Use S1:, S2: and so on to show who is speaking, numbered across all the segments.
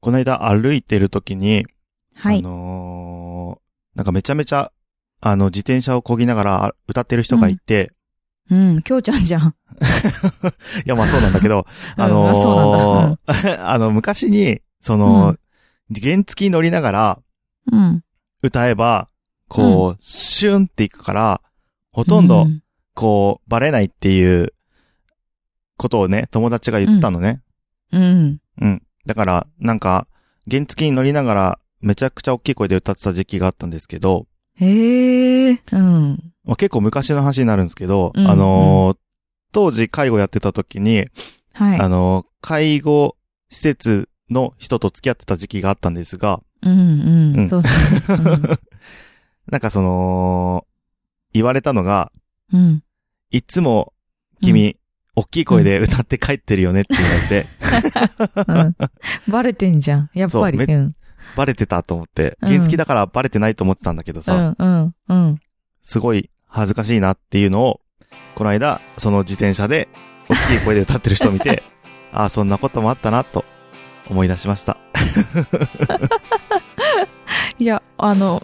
S1: この間歩いてる時に、
S2: は
S1: あ
S2: い。
S1: のーなんかめちゃめちゃ、あの、自転車を漕ぎながらあ歌ってる人がいて、
S2: うん、きょうちゃんじゃん。
S1: いや、まあそうなんだけど、あのー
S2: うんそうなんだ
S1: あの、昔に、その、原付き乗りながら
S2: うん。
S1: 歌えば、こう、シュンっていくから、ほとん
S2: う
S1: ど、
S2: ん
S1: こう、バレないっていう、ことをね、友達が言ってたのね。
S2: うん。
S1: うん。だから、なんか、原付に乗りながら、めちゃくちゃ大きい声で歌ってた時期があったんですけど、
S2: へえ。うん。
S1: まあ、結構昔の話になるんですけど、
S2: うん
S1: あのー当時介護やってた時に、あ
S2: は
S1: のー介護施設の人と付き合ってた時期があったんですが、
S2: い。うん
S1: う
S2: うんん。そうですね。
S1: なんかその、言われたのが、
S2: うんうん。
S1: いつも君、大きい声で歌って帰ってるよねって言われ て、
S2: うんバレてんじゃん。やっぱり。。
S1: そううん
S2: うん
S1: バレてたと思って、
S2: うん
S1: 原付だからバレてないと思ってたんだけどさ、
S2: うん。うん。
S1: すごい恥ずかしいなっていうのを、この間、その自転車で、大きい声で歌ってる人を見 て、ああ、そんなこともあったな、と思い出しました。
S2: いや、あの、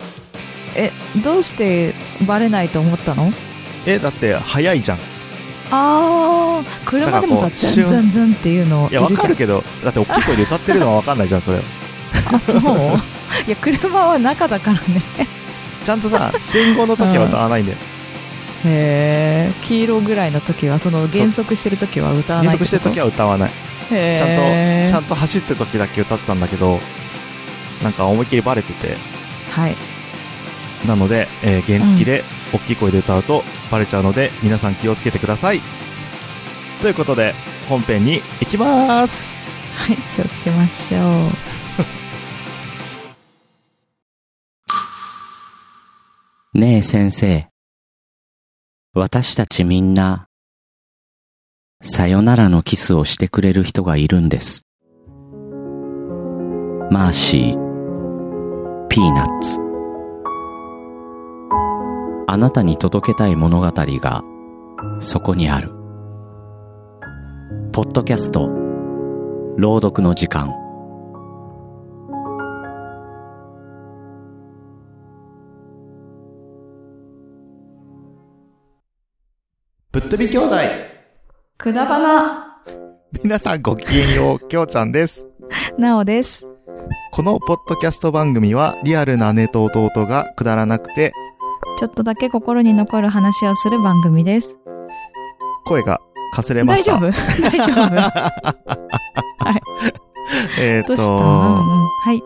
S2: え、どうしてバレないと思ったの
S1: え、だって、早いじゃん。い
S2: ああ、車でも
S1: だからこ
S2: さ、
S1: う
S2: ズンズンズンっていうのいるじ
S1: や、
S2: ゃん。
S1: わかるけど、だって大きい声で歌ってるのはわかんないじゃん、 それ。
S2: あ、そういや、車は中だからね。
S1: ちゃんとさ、信号の時は歌わ ないんだよ。
S2: へえ。黄色ぐらいの時は、その減速してる時は歌わ
S1: 減
S2: ない
S1: 速してる時は歌わない。
S2: は、
S1: ち
S2: へ
S1: ゃん
S2: ー
S1: と、ちゃんと走ってる時だけ歌ってたんだけど、なんか思いっきりバレてて。
S2: はい。
S1: なので、えー原付きで大きい声で歌うとバレちゃうので、皆さん気をつけてください。ということで、本編に行きます
S2: はい、気をつけましょう。
S3: ねえ先生。私たちみんな、さよならのキスをしてくれる人がいるんです。マーシー、ピーナッツ。あなたに届けたい物語が、そこにある。ポッドキャスト、朗読の時間。
S1: ぶっ飛び兄弟
S2: くだばな。
S1: 皆さんごきげんよう、きょうちゃんです。
S2: なおです。
S1: このポッドキャスト番組は、リアルな姉と弟がくだらなくて、
S2: ちょっとだけ心に残る話をする番組です。
S1: 声がかすれま
S2: 大
S1: し
S2: 丈
S1: た。
S2: 夫 大丈夫
S1: えーっ
S2: ど
S1: と
S2: うした、うんうん、はい。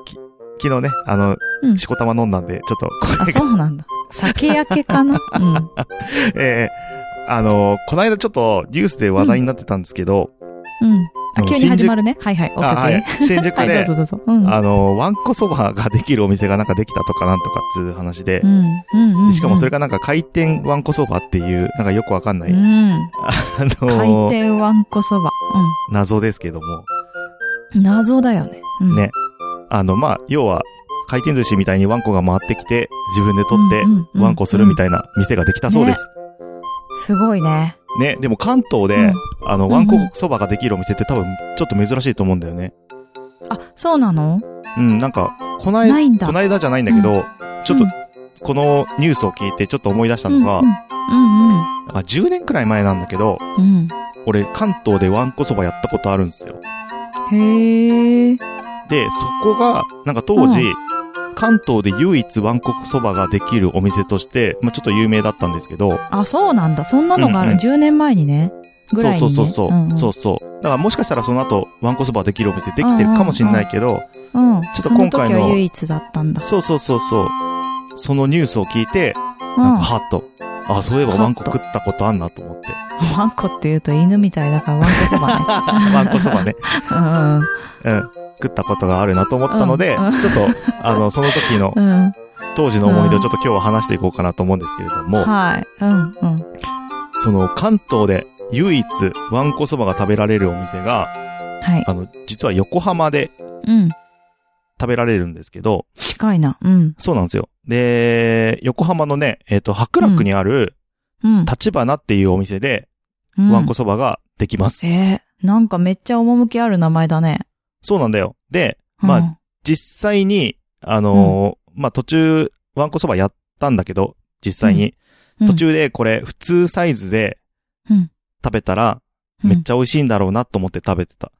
S1: 昨日ね、あの、
S2: うん
S1: しこたま飲んだんで、ちょっと
S2: あ、
S1: 声が、
S2: そうなんだ。酒焼けかなうん。
S1: えーあの、この間ちょっとニュースで話題になってたんですけど、
S2: うん。
S1: あ
S2: あ、
S1: の
S2: 急に始まるね。はいはい。オッケ
S1: あ、
S2: ー。
S1: はい、新 宿
S2: は
S1: で、
S2: い、どうぞどうぞ。うん。
S1: あの、ワンコそばができるお店がなんかできたとかなんとかっつう話で
S2: う、ん。うんうん。うん
S1: でしかもそれがなんか回転ワンコそばっていう、なんかよくわかんない、
S2: う
S1: あ
S2: ん。回
S1: の、
S2: 転わんこそば。
S1: 謎ですけども、
S2: うん。謎だよね。うん。
S1: ね。あの、まあ、要は、回転寿司みたいにワンコが回ってきて、自分で取って
S2: うんうん、うん
S1: ワンコするみたいな店ができたそうです。
S2: すごいね。
S1: ね、でも関東
S2: う
S1: で
S2: ん、
S1: あの、ワンコそばができるお店って多分、ちょっと珍しいと思うんだよね。
S2: あ、そうなの
S1: うん、なんか、こない、
S2: ないんだ。
S1: こ
S2: い
S1: ないだじゃないんだけど、ちょっと
S2: うん、
S1: このニュースを聞いてちょっと思い出したのが
S2: うん、うん。
S1: なんか10年くらい前なんだけど、
S2: うん。
S1: 俺、関東でワンコそばやったことあるんですよ。
S2: うんへ
S1: で、
S2: え。
S1: そこが、なんか当時、
S2: う
S1: 関東で唯一ワンコそばができるお店として、まあちょっと有名だったんですけど、
S2: あ、そうなんだ。そんなのがある。
S1: うんうん
S2: 10年前にね。ぐらいに、
S1: そ
S2: ね。
S1: うそうそうそう、
S2: んん
S1: そうそう。だからもしかしたらその後、ワンコそばできるお店できてるかもしれないけど、
S2: うん。
S1: ちょっと今回の
S2: その時は唯一だったんだ。
S1: そうそうそうそう。そのニュースを聞いて、
S2: うん。
S1: なんか
S2: わ
S1: ハッと、あ、そういえば
S2: ハッと
S1: ワンコ食ったことあんなと思って。
S2: んこって言うと犬みたいだからわんこそばね。
S1: ワンコそばね、
S2: うん
S1: うん、食ったことがあるなと思ったので、
S2: うんうん
S1: ちょっと、あ の、その時の
S2: うん。うん。
S1: 当時の思い出をちょっと今日は話していこうかなと思うんですけれども、
S2: はい。うんうん。
S1: その関東で唯一ワンコそばが食べられるお店が、
S2: はい。
S1: あの、実は横浜で
S2: うん。
S1: 食べられるんですけど、
S2: 近いな。うん。
S1: そうなんですよ。で、横浜のね、えっ、と、白楽にある
S2: うん。
S1: 立花っていうお店で
S2: うん
S1: ワンコそばができます。
S2: えー、なんかめっちゃ趣ある名前だね。
S1: そうなんだよ。で、まあ
S2: うん
S1: 実際に、あのーまあ、途中、ワンコそばやったんだけど、実際に、
S2: うん
S1: 途中でこれ普通サイズで
S2: うん
S1: 食べたら、
S2: うん
S1: めっちゃ美味しいんだろうなと思って食べてた。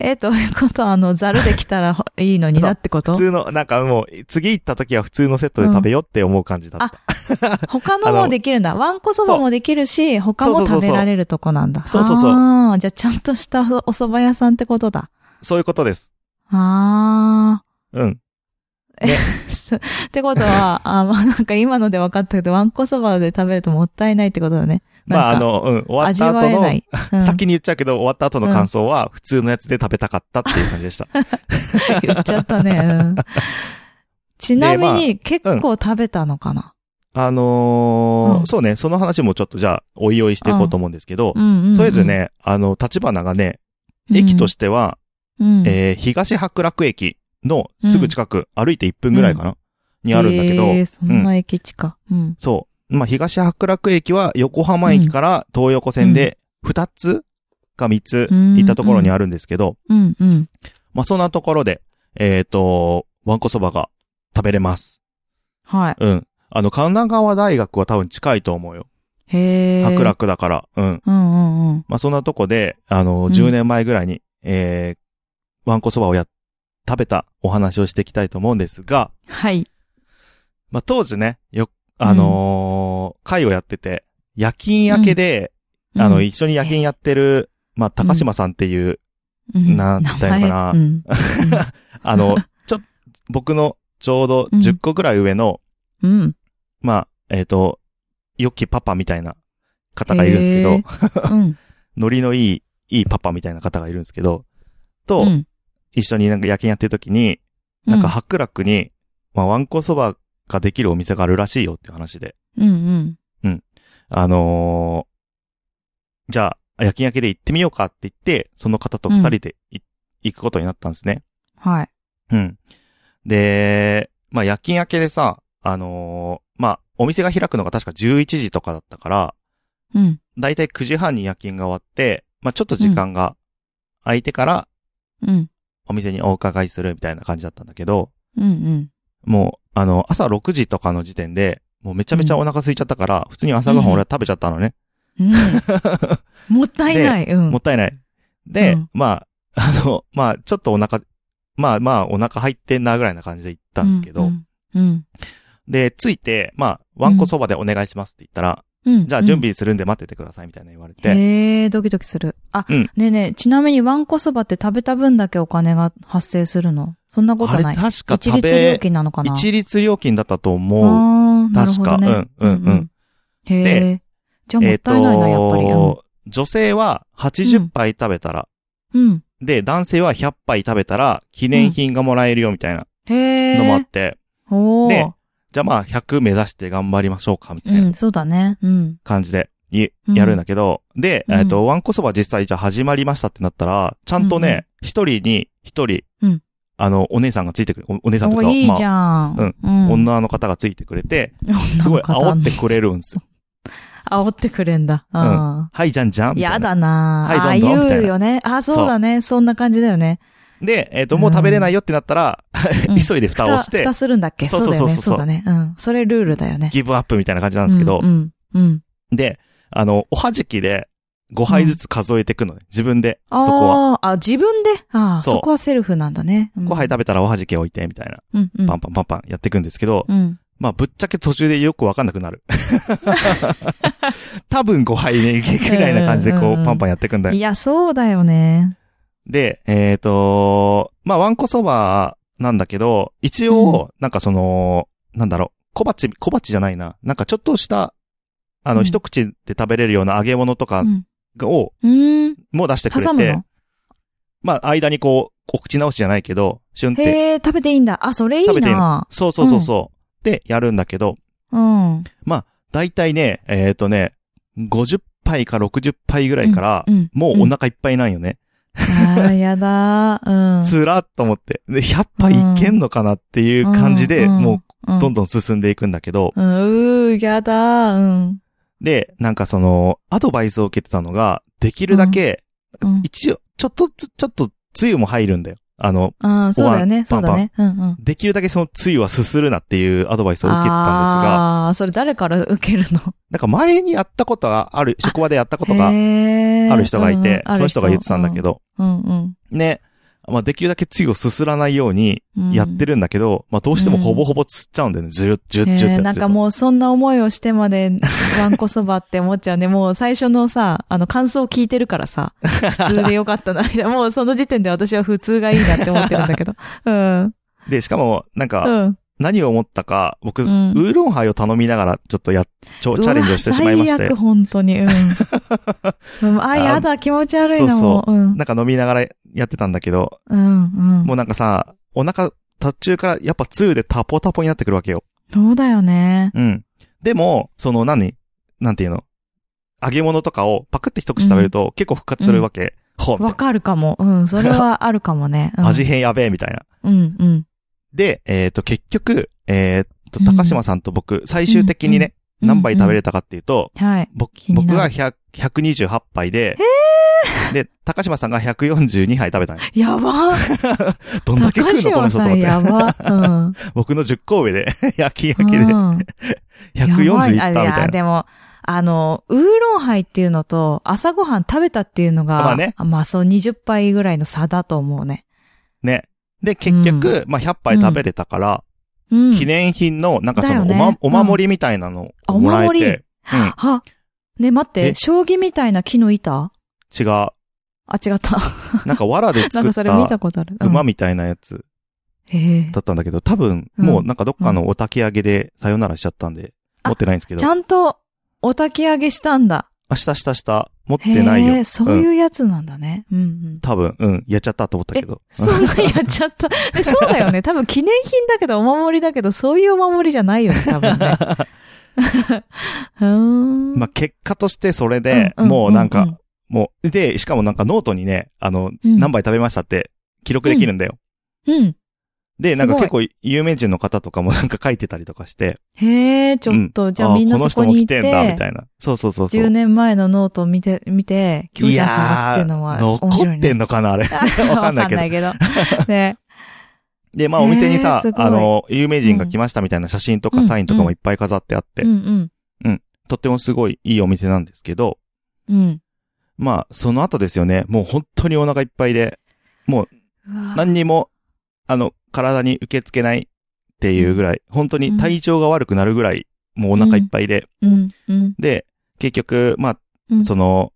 S2: え、どういうことあの、ザルできたらいいのになってこと
S1: 普通の、なんかもう、次行った時は普通のセットで食べようって思う感じだった。
S2: 他の
S1: あ
S2: も
S1: の
S2: できるんだ。ワンコそばもできるし、他
S1: そう
S2: も
S1: そうそう
S2: 食
S1: そう
S2: べられるとこなんだ。
S1: そうそうそう
S2: ああ、じゃあちゃんとしたおお蕎麦屋さんってことだ。
S1: そういうことです。
S2: ああ。
S1: うん。
S2: ってことは、あまあなんか今ので分かったけど、ワンコそばで食べるともったいないってことだね。
S1: まあ、あ
S2: なんか、
S1: の、うん、終わっ
S2: 味
S1: た
S2: わ
S1: 後
S2: え
S1: の、
S2: ない。うん
S1: 先に言っちゃうけど、終わった後の感想は、普通のやつで食べたかったっていう感じでした。
S2: 言っちゃったね。うん、ちなみ
S1: まあう
S2: に、結構食べたのかな、
S1: あのー
S2: うん
S1: そうね、その話もちょっとじゃあ、おいおいしていこうと思うんですけど、
S2: うんうんうん、
S1: とりあえず、ね、あの、立花がね、駅としてては、
S2: うん
S1: えー東白楽駅のすぐ近く、歩いて1分ぐらいかな、にあるんだけど、
S2: えー、そ
S1: うん
S2: んな駅近。うん。
S1: そう。まあ、東白楽駅は横浜駅から東横線で2つか3つ行ったところにあるんですけど、
S2: うん、うん。
S1: まあ、そんなところで、えっ、と、わんこそばが食べれます。
S2: はい。
S1: うん。あの、神奈川大学は多分近いと思うよ。
S2: へえ。
S1: 白。楽だから。うん。
S2: うんうんうん。
S1: まあ、そんなとこで、あの、
S2: うん
S1: 10年前ぐらいに、えー、わんこそばをや、食べたお話をしていきたいと思うんですが、
S2: はい。
S1: まあ、当時ね、よ、あのー会をやってて、夜勤明けで、あの、
S2: うん、
S1: 一緒に夜勤やってる、まあ、高島さんっていう、
S2: うん
S1: なんて言ったらいいのかな
S2: 名前うん
S1: あの、ちょ、僕のちょうど
S2: うん
S1: 10個ぐらい上の、
S2: うん。
S1: まあ、えっ、と、良きパパみたいな方がいるんですけ
S2: へ
S1: ど、
S2: ー。うん。
S1: ノリのいい、いいパパみたいな方がいるんですけど、と、
S2: うん
S1: 一緒になんか夜勤やってる時に、なんか、白楽に、まあ、ワンコそばができるお店があるらしいよっていう話で、
S2: うんうん。
S1: あのーじゃあ、夜勤明けで行ってみようかって言って、その方と二人でい行くことになったんですね。
S2: はい。
S1: うん。で、まあ夜勤明けでさ、あのーまあ、お店が開くのが確か11時とかだったから、
S2: うん。
S1: だいたい9時半に夜勤が終わって、まあちょっと時間が空いてから
S2: うん。
S1: お店にお伺いするみたいな感じだったんだけど、
S2: うんうん。
S1: もう、あの、朝6時とかの時点で、もうめちゃめちゃお腹空いちゃったから、普通に朝ごはん俺は食べちゃったのね。
S2: うん。もったいない。うん。
S1: もったいない。で、
S2: うん
S1: まあ、 あの、まあ、ちょっとお腹、まあまあ、お腹入ってんなぐらいな感じで行ったんですけど、
S2: うん。うん。
S1: で、着いて、まあ、ワンコそばでお願いしますって言ったら、
S2: うん
S1: じゃあ準備するんで待っててくださいみたいな言われて、
S2: へえ、ドキドキする。あ、
S1: うん
S2: ねえねえ、ちなみにワンコそばって食べた分だけお金が発生するのそんなこと
S1: あれ
S2: ない
S1: 確。か
S2: 一
S1: 食
S2: 律料
S1: べ、
S2: 金なのかな
S1: 一律料金だったと思う。
S2: ああ、なる
S1: 確
S2: ほ
S1: か、
S2: どね。
S1: うん、うん、うん。。
S2: へえ。じゃあも
S1: え
S2: っ
S1: っ、と
S2: たいないな、やっぱり。うん
S1: 女性は80杯食べたら、
S2: うん。
S1: で、男性は100杯食べたら、記念品がもらえるよみたいな
S2: へえ。
S1: のもあって、
S2: お
S1: で
S2: ー。
S1: じゃあまあ、100目指して頑張りましょうか、みたいうな。
S2: ん、そうだね。うん。
S1: 感じで、い
S2: うん
S1: やるんだけど、で、
S2: うん
S1: えっと、ワンコそば実際じゃあ始まりましたってなったら、ちゃんと
S2: うんうん
S1: ね、一、人に一人、
S2: うん
S1: あの、お姉さんがついてくれ、おお姉さんと
S2: お
S1: か、
S2: いいじ
S1: まあ、
S2: ゃん。うん
S1: 女の方がついてくれて、
S2: 女の方
S1: すごい煽っててくれるんですよ。
S2: 煽ってくれんだ。あ
S1: はい、じゃんじゃ
S2: ー
S1: ん。みたいな
S2: やだなあ
S1: は
S2: あ
S1: いどんどんみたいな
S2: 言うよね。あ、そうだね。そんな感じだよね。
S1: で、えっ、と、もう食べれないよってなったら、
S2: うん
S1: 急いで蓋をして、
S2: 蓋するんだっけ
S1: そ
S2: そうう
S1: そうそ
S2: だよ
S1: う
S2: ね。
S1: そう
S2: そうだね。うん。それルールだよね。
S1: ギブアップみたいな感じなんですけど、
S2: うん。うんうん。
S1: で、あの、おはじきで、5杯ずつ数えていくのね。自分で、そ
S2: あ
S1: こは。
S2: あ、あ、自分でああ、
S1: そう
S2: そこはセルフなんだね。うん
S1: 5杯食べたらおはじき置いて、みたいな。
S2: うんうん。
S1: パンパンパンパンやっていくんですけど、
S2: うん。
S1: まあ、ぶっちゃけ途中でよくわかんなくな る。多分5杯目ぐらいな感じで
S2: うん
S1: こ
S2: うんう
S1: う、
S2: ん
S1: パンパンやっていくんだ
S2: い
S1: よ。
S2: や、そうだよね。
S1: で、えっ、と、まあ、ワンコそばなんだけど、一応、なんかその、なんだろう、小鉢、小鉢じゃないな。なんかちょっとした、あの、
S2: うん
S1: 一口で食べれるような揚げ物とか
S2: うん。
S1: を、
S2: うん。
S1: もう出してく
S2: 挟
S1: れ
S2: む
S1: て
S2: の、
S1: まあ、間にこう、お口直しじゃないけど、シュンって、
S2: へえ、食べていいんだ。あ、それいい
S1: 食べていい
S2: な
S1: そうそうそうそう、で、やるんだけど、
S2: うん。うん。
S1: だいたいね、えっ、とね、50杯か60杯ぐらいから、
S2: うん
S1: もうお腹いっぱいなんよね。
S2: ああ、やだー。うん。
S1: つらっと思って。で、100杯いけんのかなっていう感じで、も
S2: うん、
S1: うどん
S2: ど
S1: どん進んでいくんだけど、
S2: うん。うー、やだー。うん。
S1: で、なんかその、アドバイスを受けてたのが、できるだけ、
S2: うん
S1: 一応、ちょっとず、ちょっと、つゆも入るんだよ。あの、
S2: ああ、そうだよね。
S1: パ
S2: そ
S1: ン
S2: う
S1: パン
S2: だね。うんうん。
S1: できるだけそのつゆはすするなっていうアドバイスを受けてたんですが、
S2: ああー、それ誰から受けるの
S1: なんか前にやったことがある、職場でやったことがあ
S2: あ
S1: る人がいて、その人が言ってたんだけ。ど、
S2: うんうん
S1: ね、まあできるだけつゆをすすらないように
S2: うん。
S1: やって
S2: る。
S1: るんだけど、まあどうしてもほぼほぼつっちゃうんだよね。ジュッジュッジュッってやってると。
S2: なんかもうそんな思いをしてまで、わんこそばって思っちゃうね。もう最初のさ、あの感想を聞いてるからさ、普通でよかったな、みたいな。もうその時点で私は普通がいいなって思ってるんだけど。うん。
S1: で、しかも、なん
S2: う
S1: か、
S2: ん。
S1: 何を思ったか、僕、
S2: う
S1: ウ
S2: ん
S1: ーロンハイを頼みながら、ちょっとや、ちょチャレンジをしてしまいまし
S2: うわ
S1: て
S2: 最悪、、本当に。うん。 うんあ、やだ、気持ち悪いな、もう。うん。
S1: なんか飲みながらやってたんだけど、
S2: うん、うん。
S1: もうなんかさ、お腹、途中からやっぱつゆでタポタポになってくるわけよ。
S2: そうだよね。
S1: うん。でも、その何、なんていうの揚げ物とかをパクって一口食べると結構復活するわけ。ほうみたい
S2: わかるかも。うん、それはあるかもね。うん
S1: な。味変やべえ、みたいな。
S2: うん、うん。
S1: で、えっ、と、結局、えっ、と、
S2: うん
S1: 高島さんと僕、最終的にね、何杯食べれたかっていうと、
S2: うんうんはい。
S1: 僕
S2: 気になる
S1: 僕が100 128杯で、で、高島さんが142杯食べたの よ。
S2: やば
S1: どんだけ食
S2: 高
S1: うのこの人
S2: 島
S1: と
S2: さ
S1: 思って。
S2: んやば。うん。
S1: 僕の10個上で、 焼き焼きで、
S2: うん
S1: 141杯みたい
S2: やばあ
S1: な。
S2: やでも、あの、ウーロンハイっていうのと、朝ごはん食べたっていうのが、
S1: まあね
S2: まあそう20杯ぐらいの差だと思うね。
S1: ね。で、結局、まあ、100杯食べれたから、
S2: うん。
S1: 記念品の、なんかそ
S2: だ
S1: のお
S2: よね
S1: ま、
S2: う
S1: お
S2: ん
S1: 守りみたいなのをもらえ
S2: あお守り
S1: て、うん、
S2: は、ね、待っ
S1: え
S2: て、将棋みたいな木の板
S1: 違う。
S2: あ、違った。
S1: なんか藁で
S2: な
S1: 作っ
S2: んかそれ見
S1: た
S2: たことある。うん
S1: 馬みたいなやつ
S2: へえ
S1: だったんだけど、多分、もうなんかどっかのお焚き上げでさよならしちゃったんで、
S2: あ
S1: 持ってないんですけ
S2: ち
S1: ど、
S2: ゃんと、お焚き上げしたんだ。
S1: 明日、明日、明日、持っ
S2: へ
S1: てないよ。
S2: え、そういうやつなんだね。うんうん。
S1: 多分、うん、やっちゃったと思ったけど。
S2: そんなんやっちゃった。え、そうだよね。多分記念品だけど、お守りだけど、そういうお守りじゃないよね、多分 ね。 うーん。
S1: まあ、結果としてそれで、
S2: うんうん
S1: もうなんか、
S2: うんうん
S1: もう、で、しかもなんかノートにね、あの、
S2: うん
S1: 何杯食べましたって記録できるんだよ。
S2: うん。
S1: で、なんか
S2: すご
S1: 結
S2: い
S1: 構有名人の方とかもなんか書いてたりとかして、
S2: へえ、ちょっと、じゃあみんな
S1: この人
S2: そこ
S1: も
S2: に
S1: 来
S2: いて、
S1: てんだ、みたいな。そうそうそうそう。
S2: 10年前のノートを見て、見て、キョウちゃん探すっていうの
S1: い
S2: は
S1: やー
S2: 面白
S1: 残
S2: い
S1: って
S2: ね。
S1: んのかなあれ。
S2: って
S1: わかんないけど。
S2: ど。ね。
S1: で、まあお店にさ
S2: えーす、ごい
S1: あの、有名人が来ましたみたいな写真と
S2: う
S1: か
S2: ん
S1: サインとかもいっぱい飾ってあって
S2: うん、うん。
S1: とってもすごいいいお店なんですけど、
S2: うん。
S1: まあその後ですよね、もう本当にお腹いっぱいで、
S2: うわ
S1: 何にも、あの、体に受け付けないっていうぐらい、本当に体調が悪くなるぐらい、もうお腹いっぱいで、
S2: うん、うん。
S1: で、結局、ま
S2: う
S1: あ、
S2: ん
S1: その、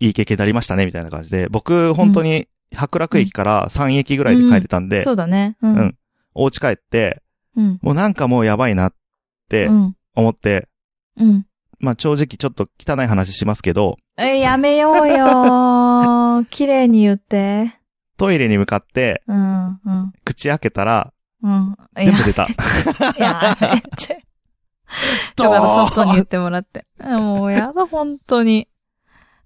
S1: いい経験になりましたね、みたいな感じで、僕、本当に白楽駅から3駅ぐらいで帰れたんで
S2: そ、うだね。う。
S1: うんんお家帰って、
S2: うん。
S1: もうなんかもうやばいなっ
S2: う
S1: て
S2: ん。
S1: 思って、
S2: うん。
S1: まあ正直ちょっと汚い話しますけど、
S2: え、やめよ うよ。綺麗に言って。
S1: トイレに向かって
S2: うん、うん、
S1: 口開けたら
S2: うん。
S1: 全部出 た。
S2: やめて。
S1: ド
S2: だから
S1: ー
S2: 外に言ってもらって。あもうやだ、本当に。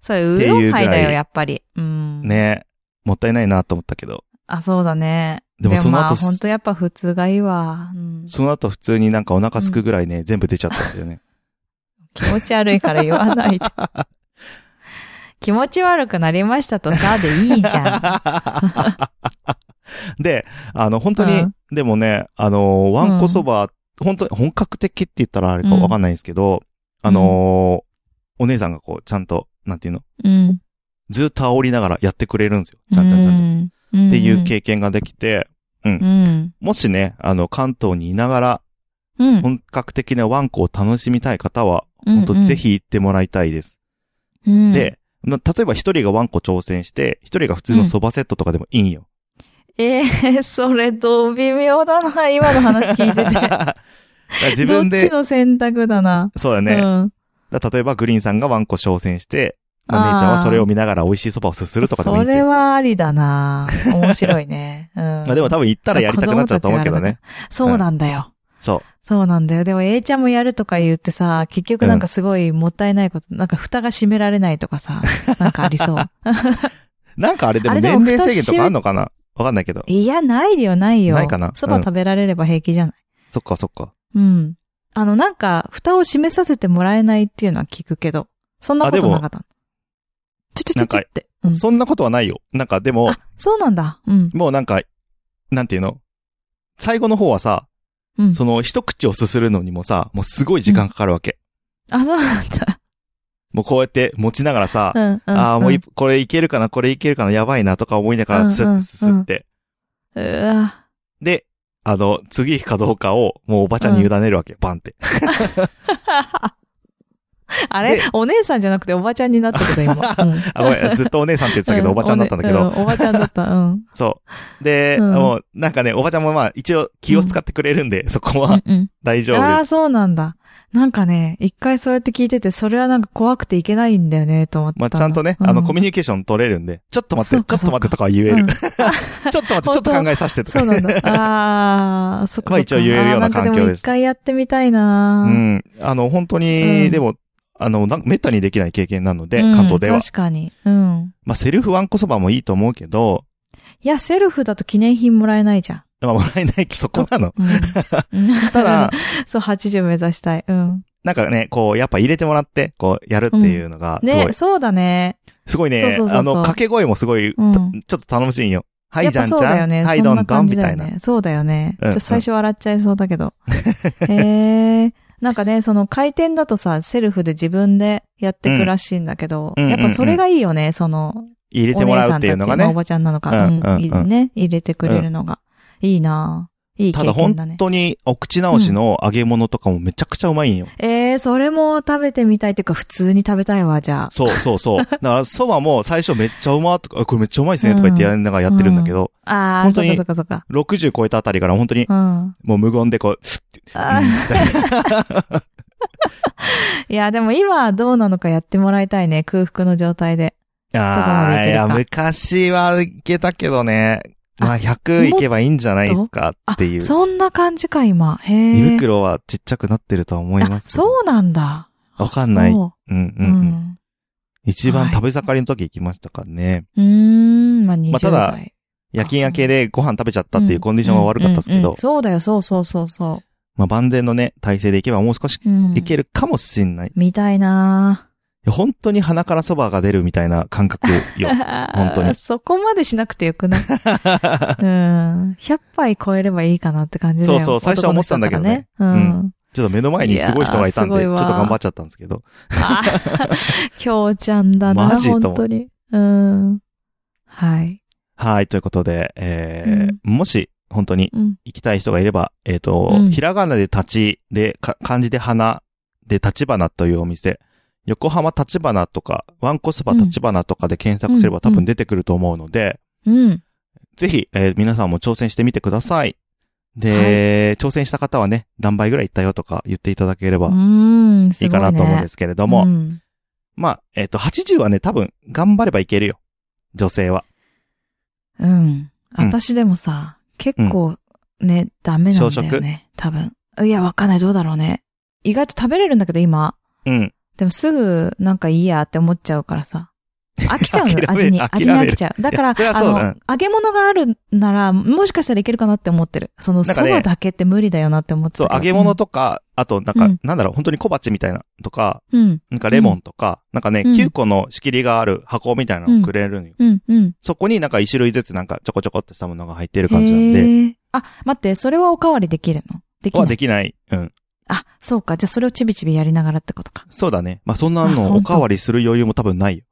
S2: それ、ウーロンハイ
S1: っていうぐ
S2: だ
S1: ら
S2: よ、
S1: い
S2: やっぱり。うん。。
S1: ねもったいないなと思ったけど、
S2: あ、そうだね。
S1: でもその後
S2: まあ、本当やっぱ普通がいいわ。うん。
S1: その後普通になんかお腹すくぐらいね、全部出ちゃったんだよね。
S2: 気持ち悪いから言わない で。気持ち悪くなりましたとさ、でいい じゃん。
S1: で、あの本当に、
S2: うん
S1: でもね、あの、ワンコそば、本当に本格的って言ったらあれかわかんないんですけど、あのお姉さんがこう、ちゃんと、なんていうの、
S2: うん。
S1: ずっと煽りながらやってくれるんですよ。ちゃんちゃんちゃんちゃん。
S2: ん
S1: っていう経験ができて、
S2: うん。
S1: もしね、あの、関東にいながら、
S2: うん。
S1: 本格的なワンコを楽しみたい方は、
S2: うん
S1: 本当ぜひ行ってもらいたいです。
S2: うん、
S1: で、ま例えば一人がワンコ挑戦して、一人が普通のそばセットとかでもいいんよ。
S2: えー、 それどう微妙だ な、今の話聞いて
S1: だか
S2: て。
S1: ら 自分
S2: どっ
S1: で
S2: ち、の選択だな。
S1: そうだ
S2: う
S1: ね。
S2: ん。
S1: だから例えばグリーンさんがワンコ挑戦して、まあ
S2: あー
S1: 姉ちゃんはそれを見ながら美味しいそばをすするとかでもいい
S2: そ
S1: んです
S2: れ
S1: よ。
S2: はありだな。面白いね。うん。
S1: まあでも多分行ったらやりたくなっちゃうと思うけどね。
S2: そうなんだよ。
S1: そう。
S2: そうなんだよ。でも A ちゃんもやるとか言ってさ、結局なんかすごいもったいないこと、なんか蓋が閉められないとかさ、なんかあ りそう。
S1: なんかあれでも
S2: あれで
S1: 年
S2: も
S1: 齢制限とかあんのかなわかんないけど。
S2: いや、ないよ、ないよ。
S1: ないかな
S2: そば
S1: うん
S2: 食べられれば平気じゃない。
S1: そっかそっか。
S2: うん。あの、なんか、蓋を閉めさせてもらえないっていうのは聞くけど、そんな
S1: あ
S2: こ
S1: で
S2: と
S1: も
S2: なかった。ちょちょちょちょって。うん
S1: そんなことはないよ。なんかでも
S2: あ、、そうなんだ。うん。
S1: もうなんか、なんていうの最後の方はさ、
S2: うん。
S1: その一口をすするのにもさ、もうすごい時間かかるわけ。
S2: あ、そうなんだ。
S1: もうこうやって持ちながらさ、
S2: うん。ん
S1: ああ、もうい
S2: ん
S1: これいけるかな、これいけるかな、やばいなとか思いながらスッスッスッって。
S2: うわ
S1: で、あの、次行くかどうかを、もうおばちゃんに委ねるわけ、バンって。
S2: あれ
S1: で
S2: お姉さんじゃなくておばちゃんになったけど、今。うん
S1: あ、ごめん、ずっとお姉さんって言ってたけど、おばちゃんだったんだけ
S2: う
S1: ど、
S2: うおばちゃんだった。 うん。
S1: そう。で、
S2: うん
S1: もう、なんかね、おばちゃんもまあ、一応気を使ってくれるんで、そこ
S2: う
S1: は
S2: んうん。
S1: 大丈
S2: あ
S1: 夫。
S2: あ、そうなんだ。なんかね、一回そうやって聞いてて、それはなんか怖くていけないんだよね、と思って
S1: まあ、
S2: た
S1: ちゃんとね、あの、コミュニケーション取れるんで、ちょっと待っ
S2: そ
S1: て、
S2: う
S1: ちょ
S2: か
S1: っと待ってとかは言え
S2: う
S1: る。
S2: ん
S1: ちょっと待って、ちょっと考えさせてとか。
S2: そうな んだ。ああ、そっかそっか。
S1: まあ一応言えるような環境です
S2: あーんかも一回やってみたいな
S1: う
S2: ー。
S1: ん。あの、本当に、
S2: うん
S1: でも、あの、なんめったにできない経験なので、
S2: うん
S1: 関東では。
S2: 確かに。うん。
S1: まあ、セルフワンコそばもいいと思うけど、
S2: いや、セルフだと記念品もらえないじゃん。
S1: まあ、もらえない、そこ なの。
S2: うん。
S1: ただ、、
S2: そう、80目指したい。うん。
S1: なんかね、こう、やっぱ入れてもらって、こう、やるっていうのが、すごい、
S2: ね、そうだね。
S1: すごいね、
S2: そうそうそうそう
S1: あの、掛け声もすごい、
S2: うん
S1: たちょっと楽しいんよ。はい、
S2: やっ
S1: じゃ
S2: ぱ
S1: ん
S2: そう
S1: じ
S2: だ
S1: ゃ
S2: よ
S1: ん。
S2: ね。
S1: はい、
S2: そ
S1: ど
S2: ん
S1: んど
S2: な
S1: ん、
S2: 感
S1: み
S2: じだ
S1: た
S2: よ
S1: いな。
S2: ね。そうだよね。
S1: う
S2: ち
S1: ん
S2: ょっと最初笑っちゃいそうだ けど。ええ。なんかね、その回転だとさ、セルフで自分でやってくらしいんだけど、
S1: うんうん
S2: やっぱそれがいいよね、その、
S1: 入れてもらうっていうのが
S2: お姉さんたちまあお
S1: ね。
S2: ばちゃんなのか、
S1: う
S2: うんん
S1: うん
S2: いいね。入れてくれるのが。いいなぁいい
S1: た
S2: 経
S1: だ、
S2: 験
S1: 本
S2: だね。
S1: 当に、お口直しの揚げ物とかもめちゃくちゃうまいんよ。
S2: ええそれも食べてみたいっていうか、普通に食べたいわ、じゃあ。
S1: そうそうそう。だから、そばも最初めっちゃうまとか、あこれめっちゃうまいですねとか言ってやりながらやってるんだけど、
S2: ああ、
S1: 本当
S2: そっか
S1: に
S2: そっかそっか。
S1: 60超えたあたりから本当に
S2: う、ん。
S1: もう無言でこう、スッて
S2: あいや、でも今はどうなのかやってもらいたいね。空腹の状態で。
S1: あ
S2: どこま
S1: あ、い
S2: でいける
S1: や、
S2: か
S1: 昔はいけたけどね。まあ、100
S2: も
S1: いけばいいんじゃないですかっていう。
S2: そんな感じか、今。へえ。
S1: 胃袋はちっちゃくなってるとは思い
S2: あ、
S1: ます。
S2: そうなんだ。
S1: わかんない。うん
S2: そ
S1: うん
S2: うう
S1: うん。
S2: ん。
S1: 一番
S2: はい
S1: 食べ盛りの時行きましたからね。
S2: うーん、まあ、20代。
S1: まあただ夜勤明けでご飯食べちゃったっていうコンディションは悪かったですけ
S2: うんうんう
S1: ど
S2: ん、そうだよ、そうそうそうそ
S1: まあ万全のね、体制で行けばもう少し
S2: う。うん。
S1: いけるかもしんない。い
S2: みたいな
S1: や本当に鼻からそばが出るみたいな感覚 よ。
S2: 本
S1: 当に
S2: そこまでしなくてよく ないうん。100杯超えればいいかなって感じだよ
S1: そうそう最初は思ってたんだけどね。
S2: 男の人だからねうん。
S1: ちょっと目の前にすごい人がいたんで、
S2: い
S1: ち
S2: や
S1: ょ
S2: ー
S1: っ
S2: すご
S1: と
S2: いわ
S1: 頑張っちゃったんですけど。
S2: あ今日ちゃんだ
S1: マ
S2: な、
S1: ジと思う
S2: 本当に。うん。はい。
S1: はい、ということで、えーもし、本当に
S2: うん。
S1: 行きたい人がいれば、えっ、と、
S2: うん
S1: ひらがなで立ち、で、か漢字で花、で、立花というお店、横浜立花とか、ワンコそば立花とかで検索すれば
S2: うん
S1: 多分出てくると思うので、
S2: うん。
S1: ぜひ、えー皆さんも挑戦してみてください。で、挑戦した方はね、何倍ぐらい行ったよとか言っていただければ
S2: うん。す
S1: い
S2: ご
S1: いかなと思うんですすけれ
S2: け
S1: ども、
S2: うん
S1: まあ、えっ、と、80はね、多分、頑張ればいけるよ。女性は。
S2: うん。私でもさ、結構ね、ダメなんだよね。多分。いや、わかんない。どうだろうね。意外と食べれるんだけど、今。
S1: うん。
S2: でもすぐ、なんかいいやって思っちゃうからさ。飽きちゃう の
S1: 諦める
S2: 味に。味に
S1: 諦める
S2: 飽きちゃう。だか
S1: い
S2: ら、
S1: やそりゃそうだ
S2: あの、揚げ物があるなら、もしかしたらいけるかなって思ってる。その、
S1: なん
S2: そ
S1: かね
S2: ばだけって無理だよなって思って
S1: そう
S2: た、
S1: 揚
S2: け
S1: げ
S2: ど
S1: 物、とか、あと、なんか、
S2: うん
S1: なんだろう、本当に小鉢みたいな、とか、
S2: うん。
S1: なんかレモンとか、なんかね、
S2: うん
S1: 9個の仕切りがある箱みたいなのをくれるのよ。
S2: うん、うん、うん。
S1: そこになんか1種類ずつなんかちょこちょこってしたものが入ってる
S2: へ
S1: 感じなんで、
S2: ーあ、待って、それはおかわりできるのでき
S1: は
S2: な
S1: で
S2: い。
S1: きない。うん。。
S2: あ、そうか。じゃあそれをちびちびやりながらってことか
S1: そうだね。まあ、そんな
S2: あ
S1: の
S2: ほ
S1: お
S2: んと
S1: かわりする余裕も多分ないよ。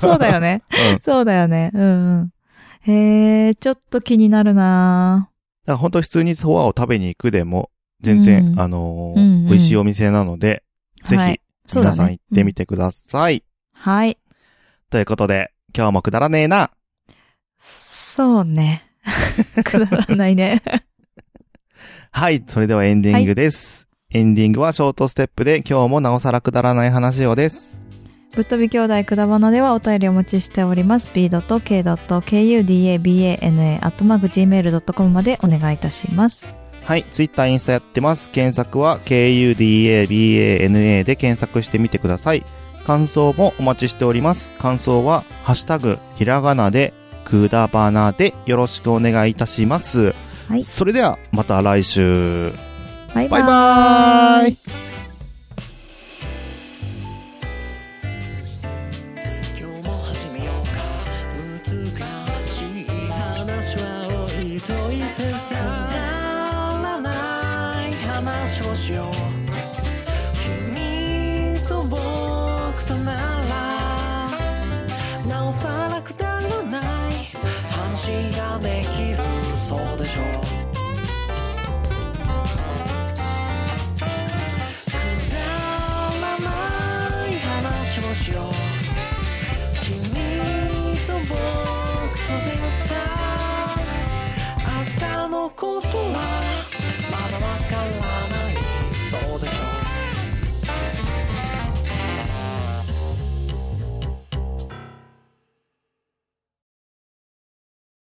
S2: そうだよね。
S1: うん。だか
S2: そうだよね。うん、うん。へえ、ちょっと気になるな
S1: ら本当普通にソワを食べに行くでも、全然、
S2: うん
S1: あのー
S2: うんうん
S1: 美味しいお店なので、ぜ
S2: は
S1: ひ
S2: い、そうだ
S1: 皆
S2: ね
S1: さん行ってみてください。
S2: はい。
S1: ということで、今日もくだらねえな。
S2: そ うね。くだらないね。
S1: はい、それではエンディングです。エンディングはショートステップで、今日もなおさらくだらない話をです。
S2: ぶっ飛び兄弟くだばなではお便りをお持ちしております。b.k.kudabana.gmail.com までお願いいたします。
S1: はい、ツイッター、インスタやってます。検索は KUDABANA で検索してみてください。感想もお待ちしております。感想は、ハッシュタグ、ひらがなで、くだばなでよろしくお願いいたします。
S2: はい
S1: それでは、また来週。
S2: バイバ
S1: バイバー
S2: イ
S1: イ
S4: 今日も始めようかひどいてさくだらない話をしよう